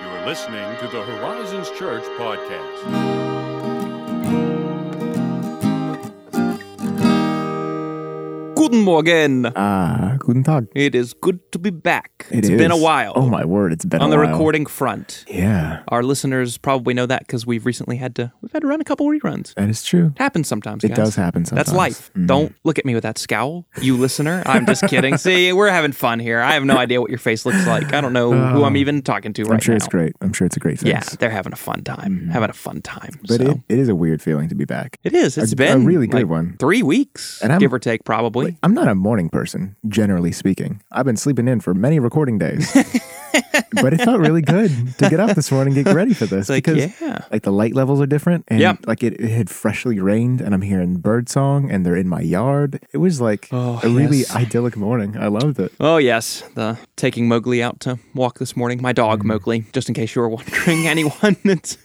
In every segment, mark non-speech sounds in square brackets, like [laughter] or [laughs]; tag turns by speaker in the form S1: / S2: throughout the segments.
S1: You're listening to the Horizons Church podcast.
S2: Guten Morgen.
S3: Ah, guten Tag.
S2: It is good to be back.
S3: It
S2: has been a
S3: is.
S2: while
S3: Oh my word, it's been
S2: on
S3: a
S2: the
S3: while.
S2: recording front.
S3: Yeah,
S2: Our listeners probably know that because we've recently had to we've had to run a couple reruns. It
S3: that is true.
S2: happens sometimes.
S3: It
S2: guys.
S3: does happen
S2: That's
S3: sometimes.
S2: life.
S3: Mm.
S2: Don't look at me with that scowl, you listener. I'm just
S3: [laughs]
S2: kidding. See, we're having fun here. I have no idea what your face looks like. I don't know who I'm even talking to right
S3: Oh. I'm sure
S2: now.
S3: it's great. I'm sure it's a great face.
S2: Yeah, they're having a fun time. Having a fun time.
S3: but
S2: so.
S3: it, it is a weird feeling to be back.
S2: it is. It's
S3: a
S2: been
S3: really good
S2: like,
S3: one.
S2: Three weeks,
S3: And I'm-
S2: give or take, probably.
S3: I'm not a morning person, generally speaking. I've been sleeping in for many
S2: [laughs]
S3: recording days, but it felt really good to get up this morning and get ready for this
S2: like,
S3: because
S2: yeah.
S3: like the light levels are different and
S2: Yep.
S3: like it, it had freshly rained and I'm hearing bird song and they're in my yard. It was like
S2: Oh,
S3: a really
S2: yes.
S3: idyllic morning. I loved it.
S2: Oh yes, the taking Mowgli out to walk this morning. My dog Mowgli, just in case you were [laughs] wondering, anyone. [laughs] It's,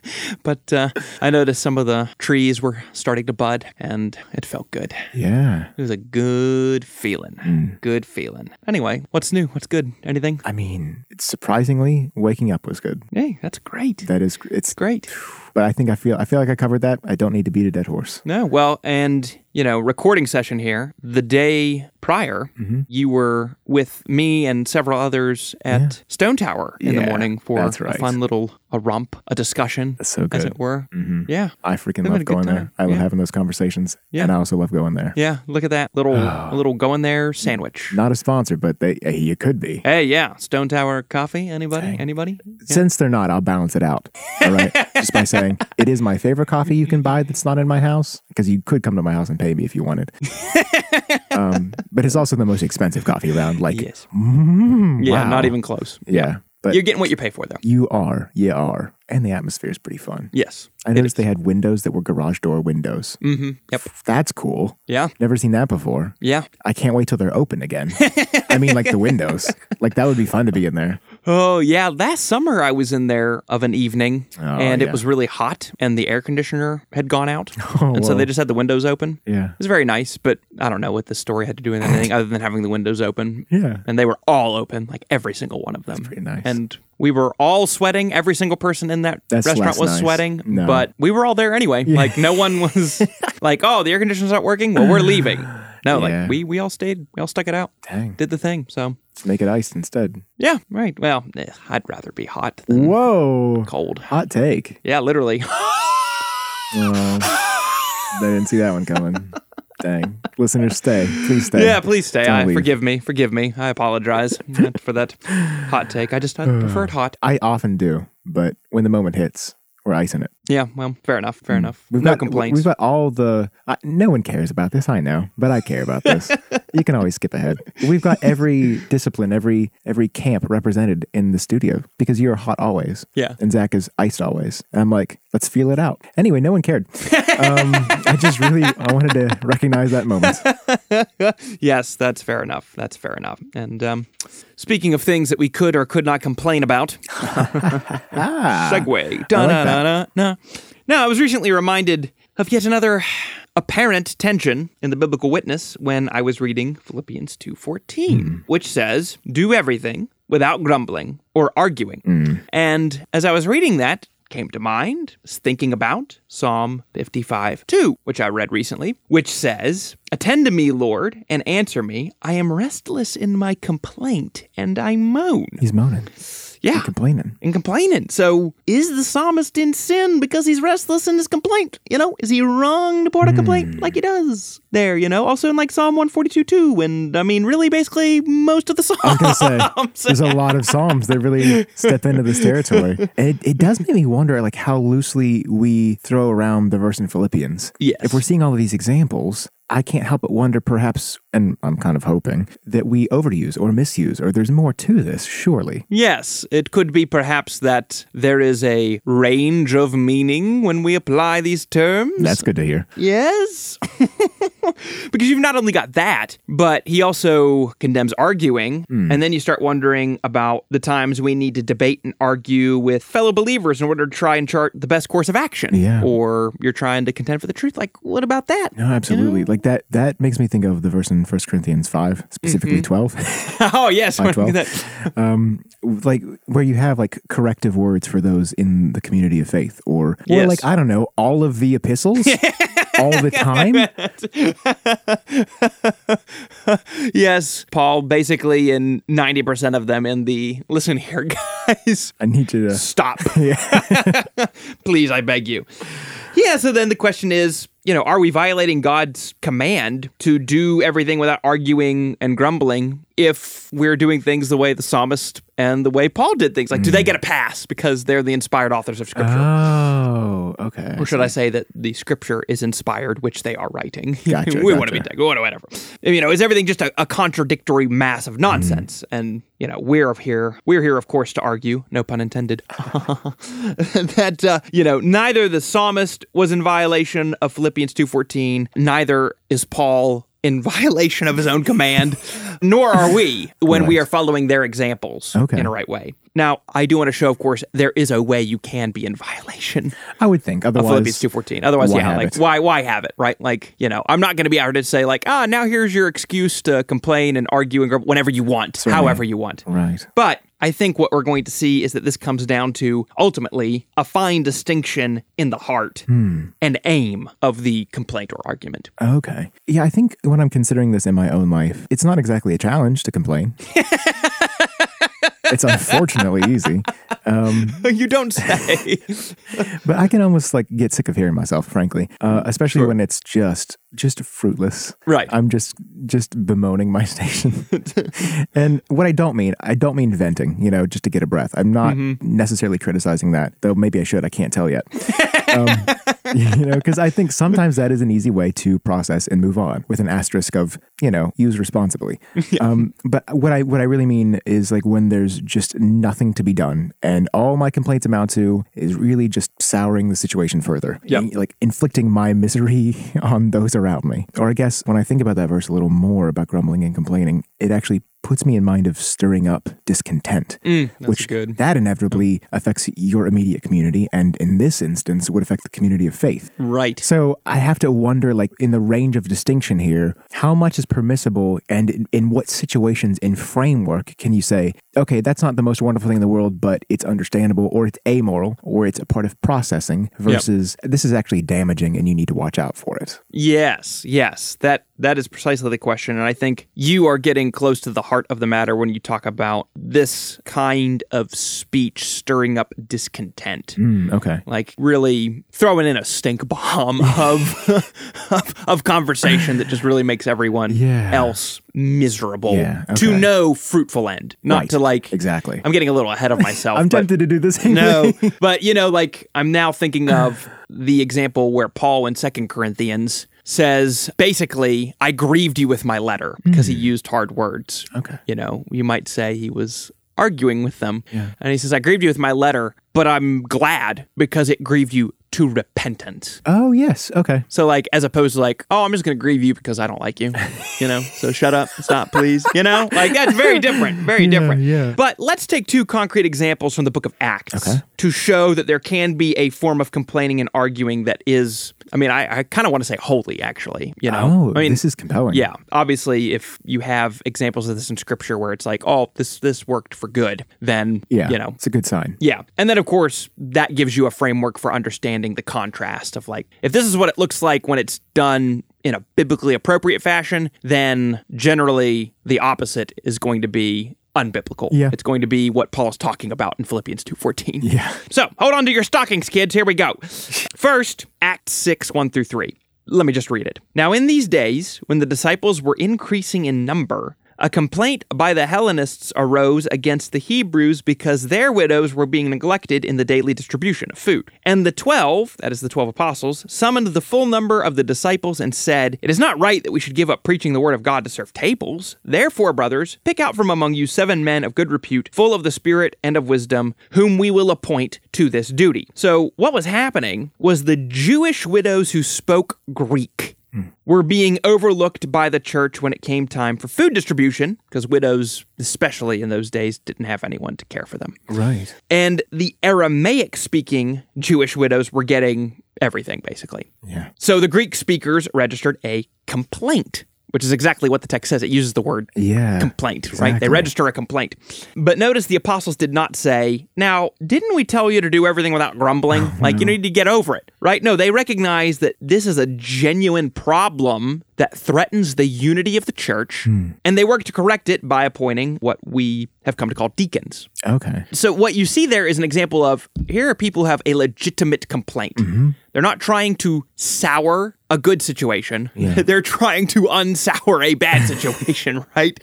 S2: but uh, I noticed some of the trees were starting to bud, and it felt good.
S3: Yeah.
S2: It was a good feeling. Good feeling. Anyway, what's new? What's good? Anything?
S3: I mean, surprisingly, waking up was good.
S2: Hey, that's great.
S3: That is, it's
S2: Great.
S3: But I think I feel, I feel like I covered that. I don't need to beat a dead horse.
S2: No, well, and you know, recording session here. The day prior,
S3: Mm-hmm.
S2: you were with me and several others at Stone Tower in the
S3: Yeah,
S2: morning for
S3: that's
S2: a
S3: right.
S2: fun little a romp, a discussion,
S3: so
S2: as
S3: good. Mm-hmm.
S2: it were. Yeah,
S3: I freaking
S2: had a
S3: love
S2: good
S3: going
S2: time.
S3: there. I love
S2: Yeah.
S3: having those conversations,
S2: Yeah.
S3: and I also love going there.
S2: yeah. Look at that little
S3: Oh.
S2: a little going there sandwich.
S3: Not a sponsor, but they, eh, you could be.
S2: Hey, yeah, Stone Tower coffee. Anybody? Anybody?
S3: Since they're not, I'll balance it out.
S2: [laughs]
S3: All right, just by saying it is my favorite coffee you can buy that's not in my house because you could come to my house and pay me if
S2: [laughs]
S3: you wanted. um, but it's also the most expensive coffee around. Like,
S2: Yes.
S3: mm,
S2: Yeah,
S3: wow.
S2: not even close.
S3: Yeah, but
S2: You're getting what you pay for, though.
S3: you are, you are, and the atmosphere is pretty fun.
S2: Yes.
S3: I noticed they had windows that were garage door windows.
S2: Mm-hmm. Yep.
S3: That's cool.
S2: Yeah.
S3: Never seen that before.
S2: Yeah.
S3: I can't wait till they're
S2: [laughs]
S3: open again. I mean, like the windows. Like that would be fun to be in there.
S2: Oh yeah, last summer I was in there of an evening, and it
S3: Oh, yeah. Oh,
S2: was really hot, and the air conditioner had gone
S3: [laughs]
S2: out, and so
S3: whoa.
S2: they just had the windows open. It
S3: Yeah.
S2: was very nice, but I don't know what the story had to do with
S3: [laughs]
S2: anything other than having the windows open.
S3: Yeah.
S2: and they were all open, like every single one of them.
S3: pretty nice.
S2: And we were all sweating. Every single person in that
S3: That's
S2: restaurant
S3: less
S2: was
S3: nice.
S2: sweating,
S3: No.
S2: but we were all there anyway. Like no one
S3: [laughs]
S2: was like, "Oh, the air conditioner's not working. Well, we're
S3: [sighs]
S2: leaving." No,
S3: Yeah.
S2: like we we all stayed. We all stuck it out.
S3: Dang.
S2: Did the thing. So
S3: Let's make it iced instead.
S2: yeah, right. Well, eh, I'd rather be hot than
S3: Whoa.
S2: cold.
S3: Hot take.
S2: Yeah, literally. [laughs]
S3: Well, I didn't see that one coming. Dang. Listeners, stay. Please stay.
S2: yeah, please stay.
S3: Don't
S2: I,
S3: leave.
S2: forgive me. Forgive me. I
S3: [laughs]
S2: apologize for that hot take. I just I
S3: Uh.
S2: prefer it hot.
S3: I often do, but when the moment hits, we're icing it.
S2: Yeah, well, fair enough. Fair enough.
S3: Mm. We've
S2: no
S3: got,
S2: complaints.
S3: We've got all the. I, no one cares about this. I know, but I care
S2: [laughs]
S3: about this. you can always skip ahead. We've got every discipline, every every camp represented in the studio because you're hot always.
S2: Yeah.
S3: and Zach is iced always. And I'm like, let's feel it out. Anyway, no one
S2: [laughs]
S3: cared. Um, I just really I wanted to recognize that
S2: [laughs]
S3: moment.
S2: yes, that's fair enough. That's fair enough. And um, speaking of things that we could or could not complain about,
S3: Ah,
S2: segue. Da-na-na-na-na. No, I was recently reminded of yet another apparent tension in the biblical witness when I was reading Philippians 2:14, which says, "Do everything without grumbling or arguing." And as I was reading that, came to mind, was thinking about Psalm 55 2, which I read recently, which says, Attend to me, Lord, and answer me. I am restless in my complaint, and I moan.
S3: he's moaning,
S2: Yeah
S3: complaining.
S2: and complaining. So, is the psalmist in sin because he's restless in his complaint? You know, is he wrong to pour out a complaint like he does there? You know, also in like Psalm 142 too, and I mean, really, basically most of the
S3: I'm gonna
S2: psalms.
S3: say there's a lot of psalms that really step into this territory, and it, it does make me wonder, like how loosely we throw around the verse in Philippians.
S2: Yes.
S3: if we're seeing all of these examples, I can't help but wonder, perhaps, and I'm kind of hoping that we overuse or misuse, or there's more to this. Surely,
S2: [laughs] Yes, it could be perhaps that there is a range of meaning when we apply these terms.
S3: that's good to hear.
S2: yes. [laughs] because you've not only got that, but he also condemns arguing. And then you start wondering about the times we need to debate and argue with fellow believers in order to try and chart the best course of action.
S3: Yeah.
S2: Or you're trying to contend for the truth. Like, what about that?
S3: No, absolutely. Like that that makes me think of the verse in 1 Corinthians 5, specifically [laughs] 12.
S2: [laughs] oh, yes. [laughs]
S3: By 12. um like where you have like corrective words for those in the community of faith or or
S2: Yes.
S3: like I don't know, all of the epistles all the time.
S2: yes, Paul, basically in 90% of them in the listen here, [laughs] guys,
S3: I need you to
S2: stop. [laughs] Please, I beg you. Yeah, so then the question is, you know, are we violating God's command to do everything without arguing and grumbling if we're doing things the way the psalmist and the way Paul did things? Like, do they get a pass because they're the inspired authors of scripture?
S3: Oh, okay.
S2: Or should I say that the scripture is inspired, which they are writing? [laughs]
S3: Gotcha,
S2: we want to be
S3: gotcha.
S2: tech, we want to whatever. You know, is everything just a, a contradictory mass of nonsense?
S3: Mm-hmm.
S2: And you know, we're of here, we're here, of course, to argue. No pun intended. [laughs] that uh, you know, neither the psalmist was in violation of Philippians two fourteen, neither is Paul in [laughs] violation of his own
S3: [laughs]
S2: command, nor are we when we are following their examples
S3: Okay.
S2: in a right way. Now, I do want to show, of course, there is a way you can be in violation
S3: I would think otherwise
S2: Philippians two fourteen. Otherwise,
S3: why
S2: yeah,
S3: have
S2: like
S3: it?
S2: why why have it, right? Like you know, I'm not going to be out to say like, ah, now here's your excuse to complain and argue and grumble whenever you want, however you want.
S3: Right.
S2: But I think what we're going to see is that this comes down to ultimately a fine distinction in the heart
S3: Hmm.
S2: and aim of the complaint or argument. [laughs]
S3: Okay. Yeah, I think when I'm considering this in my own life, it's not exactly a challenge to complain. it's unfortunately easy,
S2: you don't
S3: [laughs]
S2: say.
S3: but I can almost like get sick of hearing myself, frankly, uh, especially when it's just just fruitless.
S2: Right.
S3: I'm just just bemoaning my [laughs] station. and what I don't mean, I don't mean venting, you know, just to get a breath. I'm not necessarily criticizing that, though maybe I should. I can't tell yet. [laughs] you know, because I think sometimes that is an easy way to process and move on with an asterisk of, you know, use responsibly. Um, but what I what I really mean is like when there's just nothing to be done, and all my complaints amount to is really just souring the situation further,
S2: Yep.
S3: In- like inflicting my misery [laughs] on those around me. Or I guess when I think about that verse a little more about grumbling and complaining, it actually puts me in mind of stirring up discontent which
S2: good.
S3: that inevitably affects your immediate community and in this instance would affect the community of faith
S2: right.
S3: so i have to wonder like in the range of distinction here how much is permissible and in, in what situations in framework can you say okay that's not the most wonderful thing in the world but it's understandable or it's amoral or it's a part of processing versus this is actually damaging and you need to watch out for it
S2: Yes, yes. That that is precisely the question and I think you are getting close to the heart of the matter when you talk about this kind of speech stirring up discontent.
S3: Hmm, okay
S2: Like really throwing in a stink
S3: [laughs]
S2: bomb of, of of conversation that just really makes everyone
S3: Yeah.
S2: else miserable
S3: Yeah,
S2: to
S3: okay.
S2: no fruitful end. Not
S3: Right,
S2: to like
S3: exactly.
S2: I'm getting a little
S3: [laughs]
S2: ahead of myself.
S3: i'm
S2: but-
S3: tempted to do this
S2: no, but you know, like I'm now thinking of the example where Paul in Second Corinthians says, basically, I grieved you with my letter because he used hard words.
S3: Okay.
S2: You know, you might say he was arguing with them. And he says, I grieved you with my letter, but I'm glad because it grieved you to repentance.
S3: [laughs] oh yes okay
S2: So like as opposed to like, oh, I'm just gonna grieve you because I don't like you. You know? So shut up, stop, please. You know? Like that's very different. Very different.
S3: yeah.
S2: But let's take two concrete examples from the book of Acts to show that there can be a form of complaining and arguing that is I mean, I, I kinda wanna say holy, actually. You know?
S3: oh
S2: I mean
S3: this is compelling
S2: yeah, obviously, if you have examples of this in Scripture where it's like, "Oh, this this worked for good," then
S3: yeah
S2: you know,
S3: it's a good sign
S2: yeah. And then, of course, that gives you a framework for understanding the contrast of like, if this is what it looks like when it's done in a biblically appropriate fashion, then generally the opposite is going to be unbiblical.
S3: Yeah.
S2: It's going to be what Paul's talking about in Philippians 2.14.
S3: Yeah.
S2: So hold on to your stockings, kids. Here we go. First, Acts 6, 1 through 3. Let me just read it. Now, in these days, when the disciples were increasing in number, a complaint by the Hellenists arose against the Hebrews because their widows were being neglected in the daily distribution of food. And the twelve, that is the twelve apostles, summoned the full number of the disciples and said, It is not right that we should give up preaching the word of God to serve tables. Therefore, brothers, pick out from among you seven men of good repute, full of the Spirit and of wisdom, whom we will appoint to this duty. So, what was happening was the Jewish widows who spoke Greek were being overlooked by the church when it came time for food distribution, because widows, especially in those days, didn't have anyone to care for them.
S3: Right.
S2: And the Aramaic speaking Jewish widows were getting everything, basically.
S3: Yeah.
S2: So the Greek speakers registered a complaint, which is exactly what the text says. It uses the word
S3: Yeah.
S2: complaint, right? They
S3: exactly.
S2: register a complaint. But notice the apostles did not say, Now, didn't we tell you to do everything without grumbling?
S3: Uh-huh.
S2: like, you need to get over it, right? No, they recognize that this is a genuine problem that threatens the unity of the church,
S3: Hmm.
S2: and they work to correct it by appointing what we have come to call deacons.
S3: Okay.
S2: So what you see there is an example of here are people who have a legitimate complaint. They're not trying to sour a good situation. [laughs] They're trying to unsour a bad situation, right?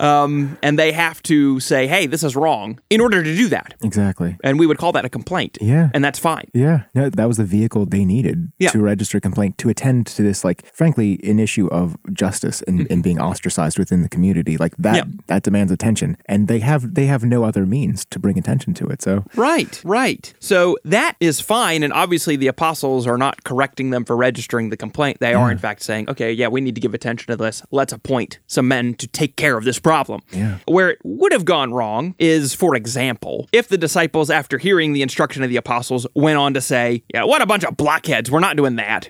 S2: Um, and they have to say, "Hey, this is wrong." In order to do that,
S3: Exactly.
S2: and we would call that a complaint.
S3: Yeah.
S2: and that's fine.
S3: Yeah, no, that was the vehicle they needed
S2: Yeah.
S3: to register a complaint to attend to this, like, frankly, an issue of justice and, and being ostracized within the community. Like that,
S2: Mm-hmm. Yeah.
S3: that demands attention, and they have they have no other means to bring attention to it. So,
S2: Right, right. So that is fine. And obviously, the apostles are not correcting them for registering the complaint. They are, in fact, saying, okay, yeah, we need to give attention to this. Let's appoint some men to take care of this problem.
S3: Yeah.
S2: Where it would have gone wrong is, for example, if the disciples, after hearing the instruction of the apostles, went on to say, yeah, what a bunch of blockheads. We're not doing that.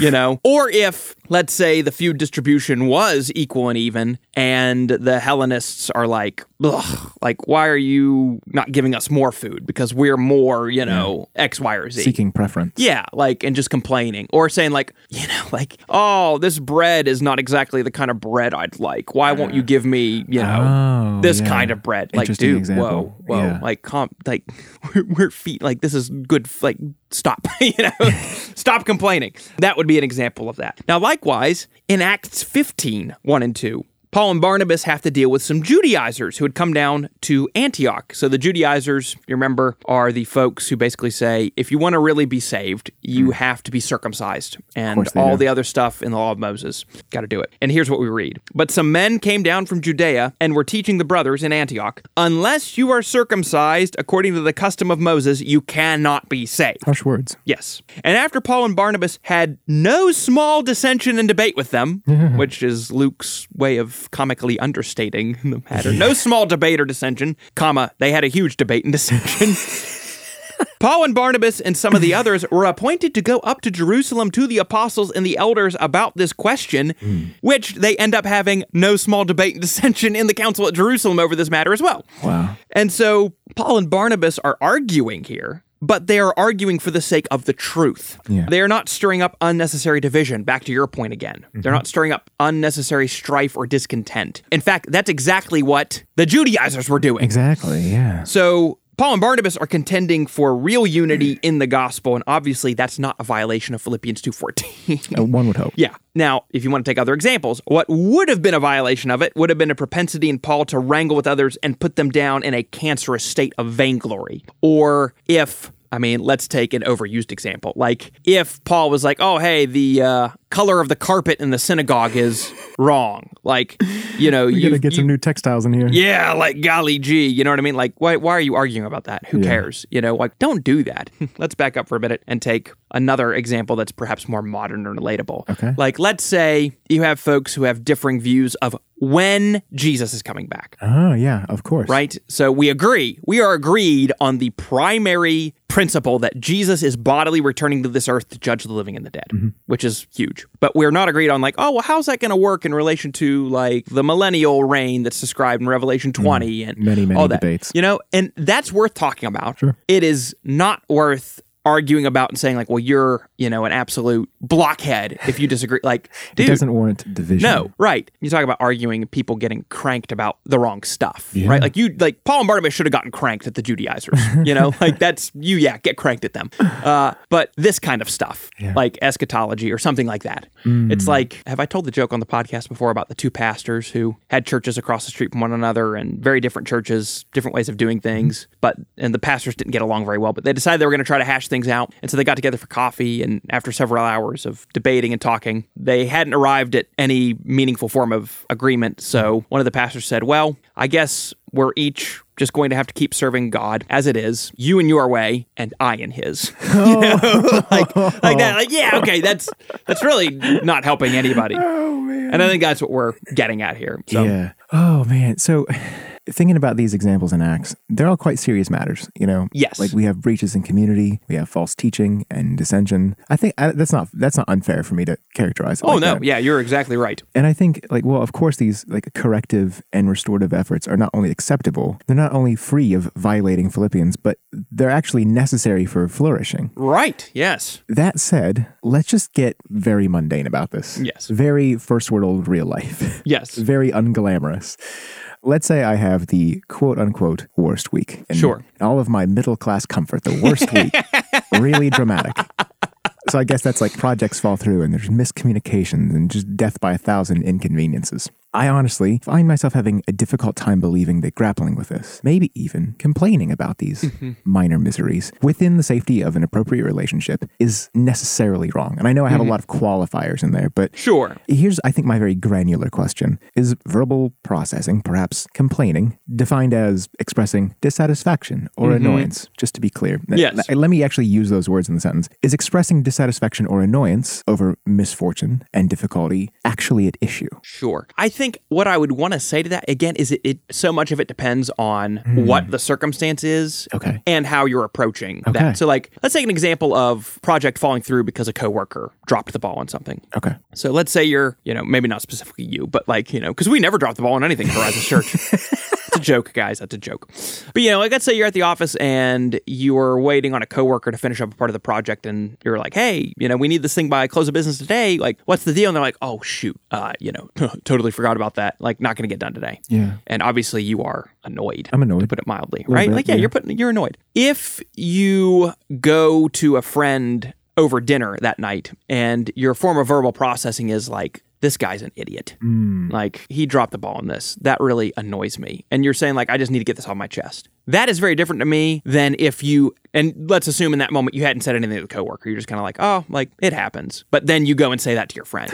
S2: you know? Or if, let's say, the feud distribution was equal and even, and the Hellenists are like, Ugh, like, why are you not giving us more food? Because we're more, you know, X, Y, or Z.
S3: seeking preference.
S2: yeah, like, and just complaining or saying, like, [laughs] you know, like, oh, this bread is not exactly the kind of bread I'd like. Why won't you give me, you know,
S3: Oh,
S2: this
S3: yeah.
S2: kind of bread? Like,
S3: Interesting
S2: dude,
S3: example.
S2: whoa, whoa,
S3: Yeah.
S2: like, comp, like, [laughs] we're, we're feet, like, this is good, f- like, stop, [laughs] you
S3: [laughs]
S2: know, stop complaining. That would be an example of that. Now, likewise, in Acts 15, 1 and 2, Paul and Barnabas have to deal with some Judaizers who had come down to Antioch. So the Judaizers, you remember, are the folks who basically say, if you want to really be saved, you have to be circumcised and
S3: Hmm. course they
S2: all
S3: do.
S2: the other stuff in the law of Moses. Got to do it. And here's what we read. But some men came down from Judea and were teaching the brothers in Antioch, unless you are circumcised according to the custom of Moses, you cannot be saved.
S3: Harsh words.
S2: Yes. And after Paul and Barnabas had no small dissension and debate with them, which is Luke's way of comically understating [laughs] the matter, no small debate or dissension, comma, they had a huge debate and dissension. Paul and Barnabas and some of the others were appointed to go up to Jerusalem to the apostles and the elders about this question, which they end up having no small debate and dissension in the council at Jerusalem over this matter as well.
S3: Wow.
S2: And so Paul and Barnabas are arguing here, but they are arguing for the sake of the truth.
S3: Yeah.
S2: They are not stirring up unnecessary division. Back to your point again.
S3: Mm-hmm.
S2: They're not stirring up unnecessary strife or discontent. In fact, that's exactly what the Judaizers were doing.
S3: Exactly. Yeah.
S2: So Paul and Barnabas are contending for real unity in the gospel, and obviously that's not a violation of Philippians 2:14.
S3: Uh, One would hope.
S2: Yeah. Now, if you want to take other examples, what would have been a violation of it would have been a propensity in Paul to wrangle with others and put them down in a cancerous state of vainglory. Or if, I mean, let's take an overused example. Like if Paul was like, oh, hey, the uh, color of the carpet in the synagogue is wrong. Like, you know,
S3: [laughs] We gotta
S2: you,
S3: get some new textiles in here.
S2: yeah, like golly gee, you know what I mean? Like, why, why are you arguing about that? Who cares? You know, like, don't do that. let's back up for a minute and take another example that's perhaps more modern or relatable.
S3: Okay.
S2: Like, let's say you have folks who have differing views of when Jesus is coming back,
S3: Oh yeah, of course.
S2: right? So we agree. We are agreed on the primary principle that Jesus is bodily returning to this earth to judge the living and the dead,
S3: Mm-hmm.
S2: which is huge. But we're not agreed on, like, oh, well, how's that going to work in relation to, like, the millennial reign that's described in Revelation 20 and
S3: Mm-hmm. Many, many
S2: all that.
S3: debates.
S2: You know, and that's worth talking about. It is not worth arguing about and saying like, well, you're, you know, an absolute blockhead if you disagree. Like,
S3: [laughs] It
S2: dude,
S3: doesn't warrant division.
S2: no, right. You talk about arguing and people getting cranked about the wrong stuff, right? Like you, like Paul and Barnabas should have gotten cranked at the Judaizers, you know? like that's you, yeah, get cranked at them. Uh, but this kind of stuff, like eschatology or something like that, it's like, have I told the joke on the podcast before about the two pastors who had churches across the street from one another and very different churches, different ways of doing things, but and the pastors didn't get along very well, but they decided they were going to try to hash things out, and so they got together for coffee, and after several hours of debating and talking, they hadn't arrived at any meaningful form of agreement. So one of the pastors said, "Well, I guess we're each just going to have to keep serving God as it is, you in your way and I in his. [laughs]
S3: [laughs]
S2: like that. Like, yeah, okay, that's that's really not helping anybody.
S3: Oh man.
S2: And I think that's what we're getting at here. So
S3: Yeah. Oh man. So [sighs] thinking about these examples in Acts, they're all quite serious matters, you know.
S2: Yes.
S3: Like we have breaches in community, we have false teaching and dissension. I think I, that's not that's not unfair for me to characterize. It
S2: Oh
S3: like
S2: no,
S3: that.
S2: yeah, you're exactly right.
S3: And I think, like, well, of course, these like corrective and restorative efforts are not only acceptable, they're not only free of violating Philippians, but they're actually necessary for flourishing.
S2: Right. Yes.
S3: That said, let's just get very mundane about this.
S2: Yes.
S3: Very first world real life. [laughs]
S2: Yes.
S3: very unglamorous. Let's say I have the quote unquote worst week. And
S2: Sure.
S3: All of my middle class comfort, the
S2: [laughs]
S3: worst week. Really dramatic. So I guess that's like projects fall through and there's miscommunications and just death by a thousand inconveniences. I honestly find myself having a difficult time believing that grappling with this, maybe even complaining about these
S2: Mm-hmm.
S3: minor miseries within the safety of an appropriate relationship, is necessarily wrong. And I know I have
S2: Mm-hmm.
S3: a lot of qualifiers in there, but
S2: Sure.
S3: Here's, I think, my very granular question Is verbal processing, perhaps complaining, defined as expressing dissatisfaction or annoyance? Just to be clear. N-
S2: Yes.
S3: n- Let me actually use those words in the sentence. Is expressing dissatisfaction or annoyance over misfortune and difficulty actually at issue?
S2: Sure. I think what I would want to say to that again is it, it so much of it depends on what the circumstance is
S3: Hmm. Okay.
S2: and how you're approaching
S3: Okay.
S2: that. So like let's take an example of project falling through because a coworker dropped the ball on something.
S3: Okay.
S2: So let's say you're, you know, maybe not specifically you, but like, you know, because we never drop the ball on anything at Horizon
S3: [laughs]
S2: Church. it's a joke, guys. That's a joke. But, you know, like, let's say you're at the office and you're waiting on a coworker to finish up a part of the project and you're like, hey, you know, we need this thing by close of business today. Like, what's the deal? And they're like, oh, shoot, uh, you know, [laughs] totally forgot about that. Like, not going to get done today.
S3: Yeah.
S2: And obviously you are annoyed.
S3: I'm annoyed.
S2: To put it mildly, right?
S3: bit,
S2: like, yeah,
S3: yeah.
S2: you're putting you're annoyed. If you go to a friend over dinner that night and your form of verbal processing is like, this guy's an idiot.
S3: Mm.
S2: Like he dropped the ball on this. That really annoys me. And you're saying like I just need to get this off my chest. That is very different to me than if you and let's assume in that moment you hadn't said anything to the coworker. You're just kind of like, "Oh, like it happens." But then you go and say that to your friend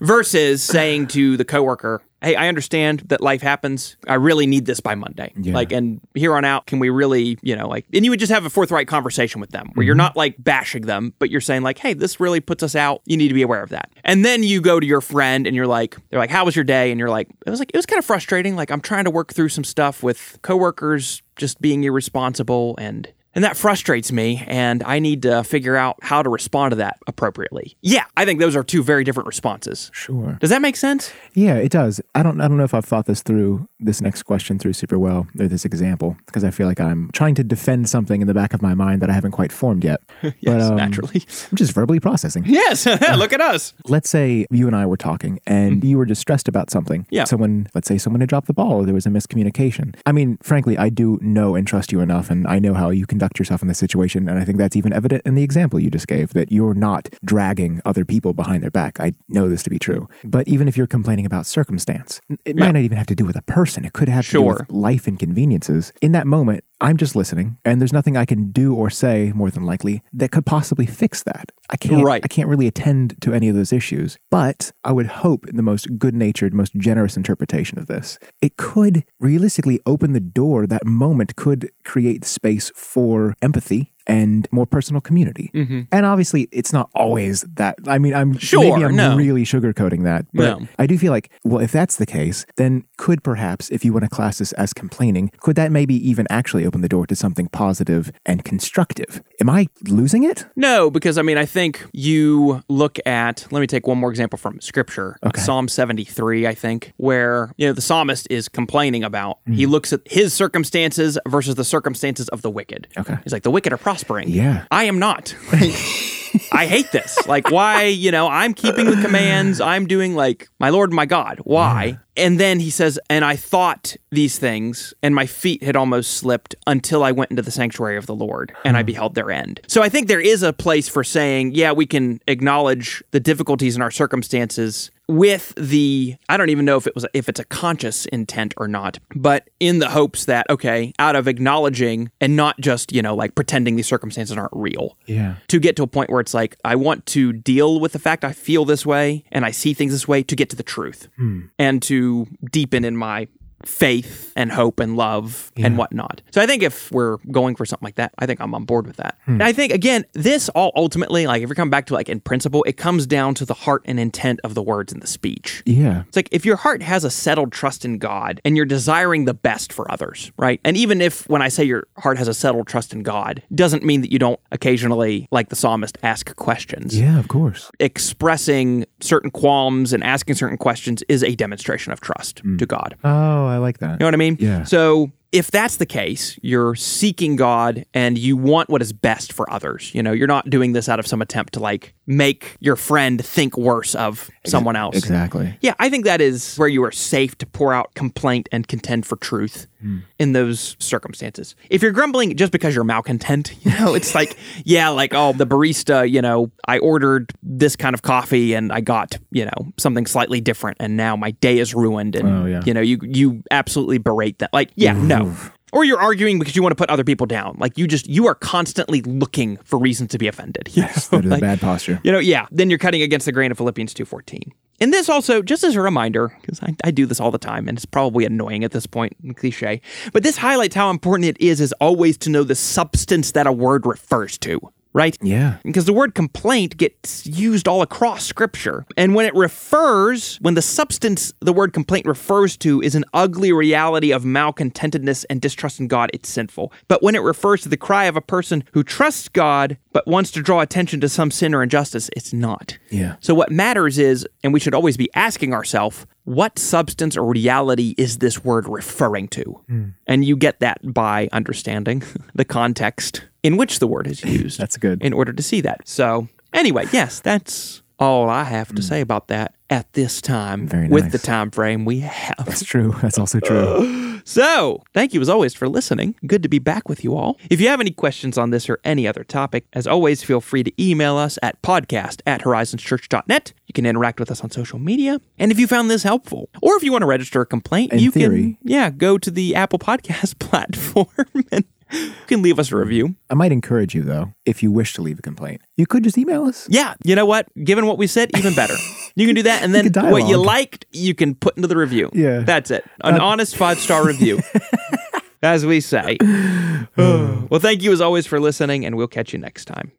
S2: versus saying to the coworker, "Hey, I understand that life happens. I really need this by Monday." Like, and here on out, can we really, you know, like, and you would just have a forthright conversation with them where you're not like bashing them, but you're saying like, "Hey, this really puts us out. You need to be aware of that." And then you go to your friend and you're like, "They're like, how was your day?" And you're like, "It was like it was kind of frustrating. Like, I'm trying to work through some stuff with coworkers just being irresponsible and." And that frustrates me, and I need to figure out how to respond to that appropriately. Yeah, I think those are two very different responses.
S3: Sure.
S2: Does that make sense?
S3: Yeah, it does. I don't I don't know if I've thought this through this next question through super well or this example because I feel like I'm trying to defend something in the back of my mind that I haven't quite formed yet. [laughs] yes,
S2: naturally. [laughs]
S3: I'm just verbally processing.
S2: um, Yes. [laughs] Look at us.
S3: let's say you and I were talking and you were distressed about something.
S2: Mm-hmm. Yeah.
S3: Someone, let's say someone had dropped the ball or there was a miscommunication. I mean, frankly, I do know and trust you enough and I know how you conduct yourself in this situation. And I think that's even evident in the example you just gave that you're not dragging other people behind their back. I know this to be true. But even if you're complaining about circumstance, it might not even have to do with a person. It could have to do
S2: Sure.
S3: with life inconveniences. In that moment, I'm just listening, and there's nothing I can do or say, more than likely, that could possibly fix that. I can't.
S2: Right.
S3: I can't really attend to any of those issues. But I would hope, in the most good-natured, most generous interpretation of this, it could realistically open the door. That moment could create space for empathy and more personal community. And obviously, it's not always that. I mean, I'm
S2: Mm-hmm. Sure,
S3: Maybe I'm
S2: no.
S3: really sugarcoating that, but
S2: No.
S3: I do feel like, well, if that's the case, then could perhaps, if you want to class this as complaining, could that maybe even actually open the door to something positive and constructive? Am I losing it?
S2: No, because I mean, I think you look at, let me take one more example from scripture, Psalm 73, I think, where, you know, the psalmist is complaining about, he looks at his circumstances versus the circumstances of the wicked.
S3: Okay.
S2: He's like, the wicked are prospering.
S3: Yeah.
S2: I am not. I hate this. Like, why, you know, I'm keeping the commands. I'm doing like, my Lord, my God, why? And then he says, and I thought these things, and my feet had almost slipped until I went into the sanctuary of the Lord and I beheld their end. So I think there is a place for saying, yeah, we can acknowledge the difficulties in our circumstances with the I don't even know if it was if it's a conscious intent or not, but in the hopes that okay, out of acknowledging and not just, you know, like pretending these circumstances aren't real
S3: Yeah.
S2: to get to a point where it's like I want to deal with the fact I feel this way and I see things this way to get to the truth and to deepen in my faith and hope and love and whatnot. So I think if we're going for something like that, I think I'm on board with that. And I think again, this all ultimately, like if we come back to like in principle, it comes down to the heart and intent of the words in the speech.
S3: Yeah.
S2: It's like if your heart has a settled trust in God and you're desiring the best for others, right? And even if when I say your heart has a settled trust in God, doesn't mean that you don't occasionally, like the psalmist, ask questions.
S3: Yeah, of course.
S2: Expressing certain qualms and asking certain questions is a demonstration of trust to God.
S3: Oh, I like that.
S2: You know what I mean?
S3: Yeah.
S2: So if that's the case, you're seeking God and you want what is best for others. You know, you're not doing this out of some attempt to like make your friend think worse of someone else.
S3: exactly.
S2: Yeah, I think that is where you are safe to pour out complaint and contend for truth
S3: Hmm.
S2: in those circumstances. If you're grumbling just because you're malcontent, [laughs] you know, it's
S3: [laughs]
S2: like, yeah, like, oh, the barista, you know, I ordered this kind of coffee and I got, you know, something slightly different and now my day is ruined and
S3: Oh, yeah.
S2: you know, you you absolutely berate that. Like, yeah, no. Or you're arguing because you want to put other people down. Like you just you are constantly looking for reasons to be offended. [laughs] you know?
S3: That is
S2: Like, [laughs]
S3: bad posture.
S2: you know yeah then you're cutting against the grain of philippians 2.14 and this also just as a reminder because I, I do this all the time and it's probably annoying at this point and cliche but this highlights how important it is as always to know the substance that a word refers to right
S3: Yeah.
S2: because the word complaint gets used all across scripture and when it refers when the substance the word complaint refers to is an ugly reality of malcontentedness and distrust in god it's sinful but when it refers to the cry of a person who trusts god but wants to draw attention to some sin or injustice it's not
S3: Yeah.
S2: so what matters is and we should always be asking ourselves what substance or reality is this word referring to
S3: Hmm.
S2: and you get that by understanding [laughs] the context in which the word is
S3: [laughs]
S2: used
S3: That's good.
S2: in order to see that. So, anyway, yes, that's all I have to say about that at this time
S3: Hmm. Very
S2: with
S3: nice.
S2: the time frame we have. [laughs]
S3: That's true. That's also true.
S2: So, thank you as always for listening. Good to be back with you all. If you have any questions on this or any other topic, as always, feel free to email us at podcast at horizonschurch.net. You can interact with us on social media. And if you found this helpful, or if you want to register a complaint, you
S3: theory.
S2: can yeah, go to the Apple Podcast [laughs] platform and you can leave us a review.
S3: I might encourage you though, if you wish to leave a complaint, you could just email us.
S2: Yeah, you know what? Given what we said, even better. You can do that, and then
S3: could
S2: what you
S3: dialogue.
S2: liked, you can put into the review.
S3: Yeah.
S2: that's it. An honest five star review, as we say. well, thank you as always for listening, and we'll catch you next time.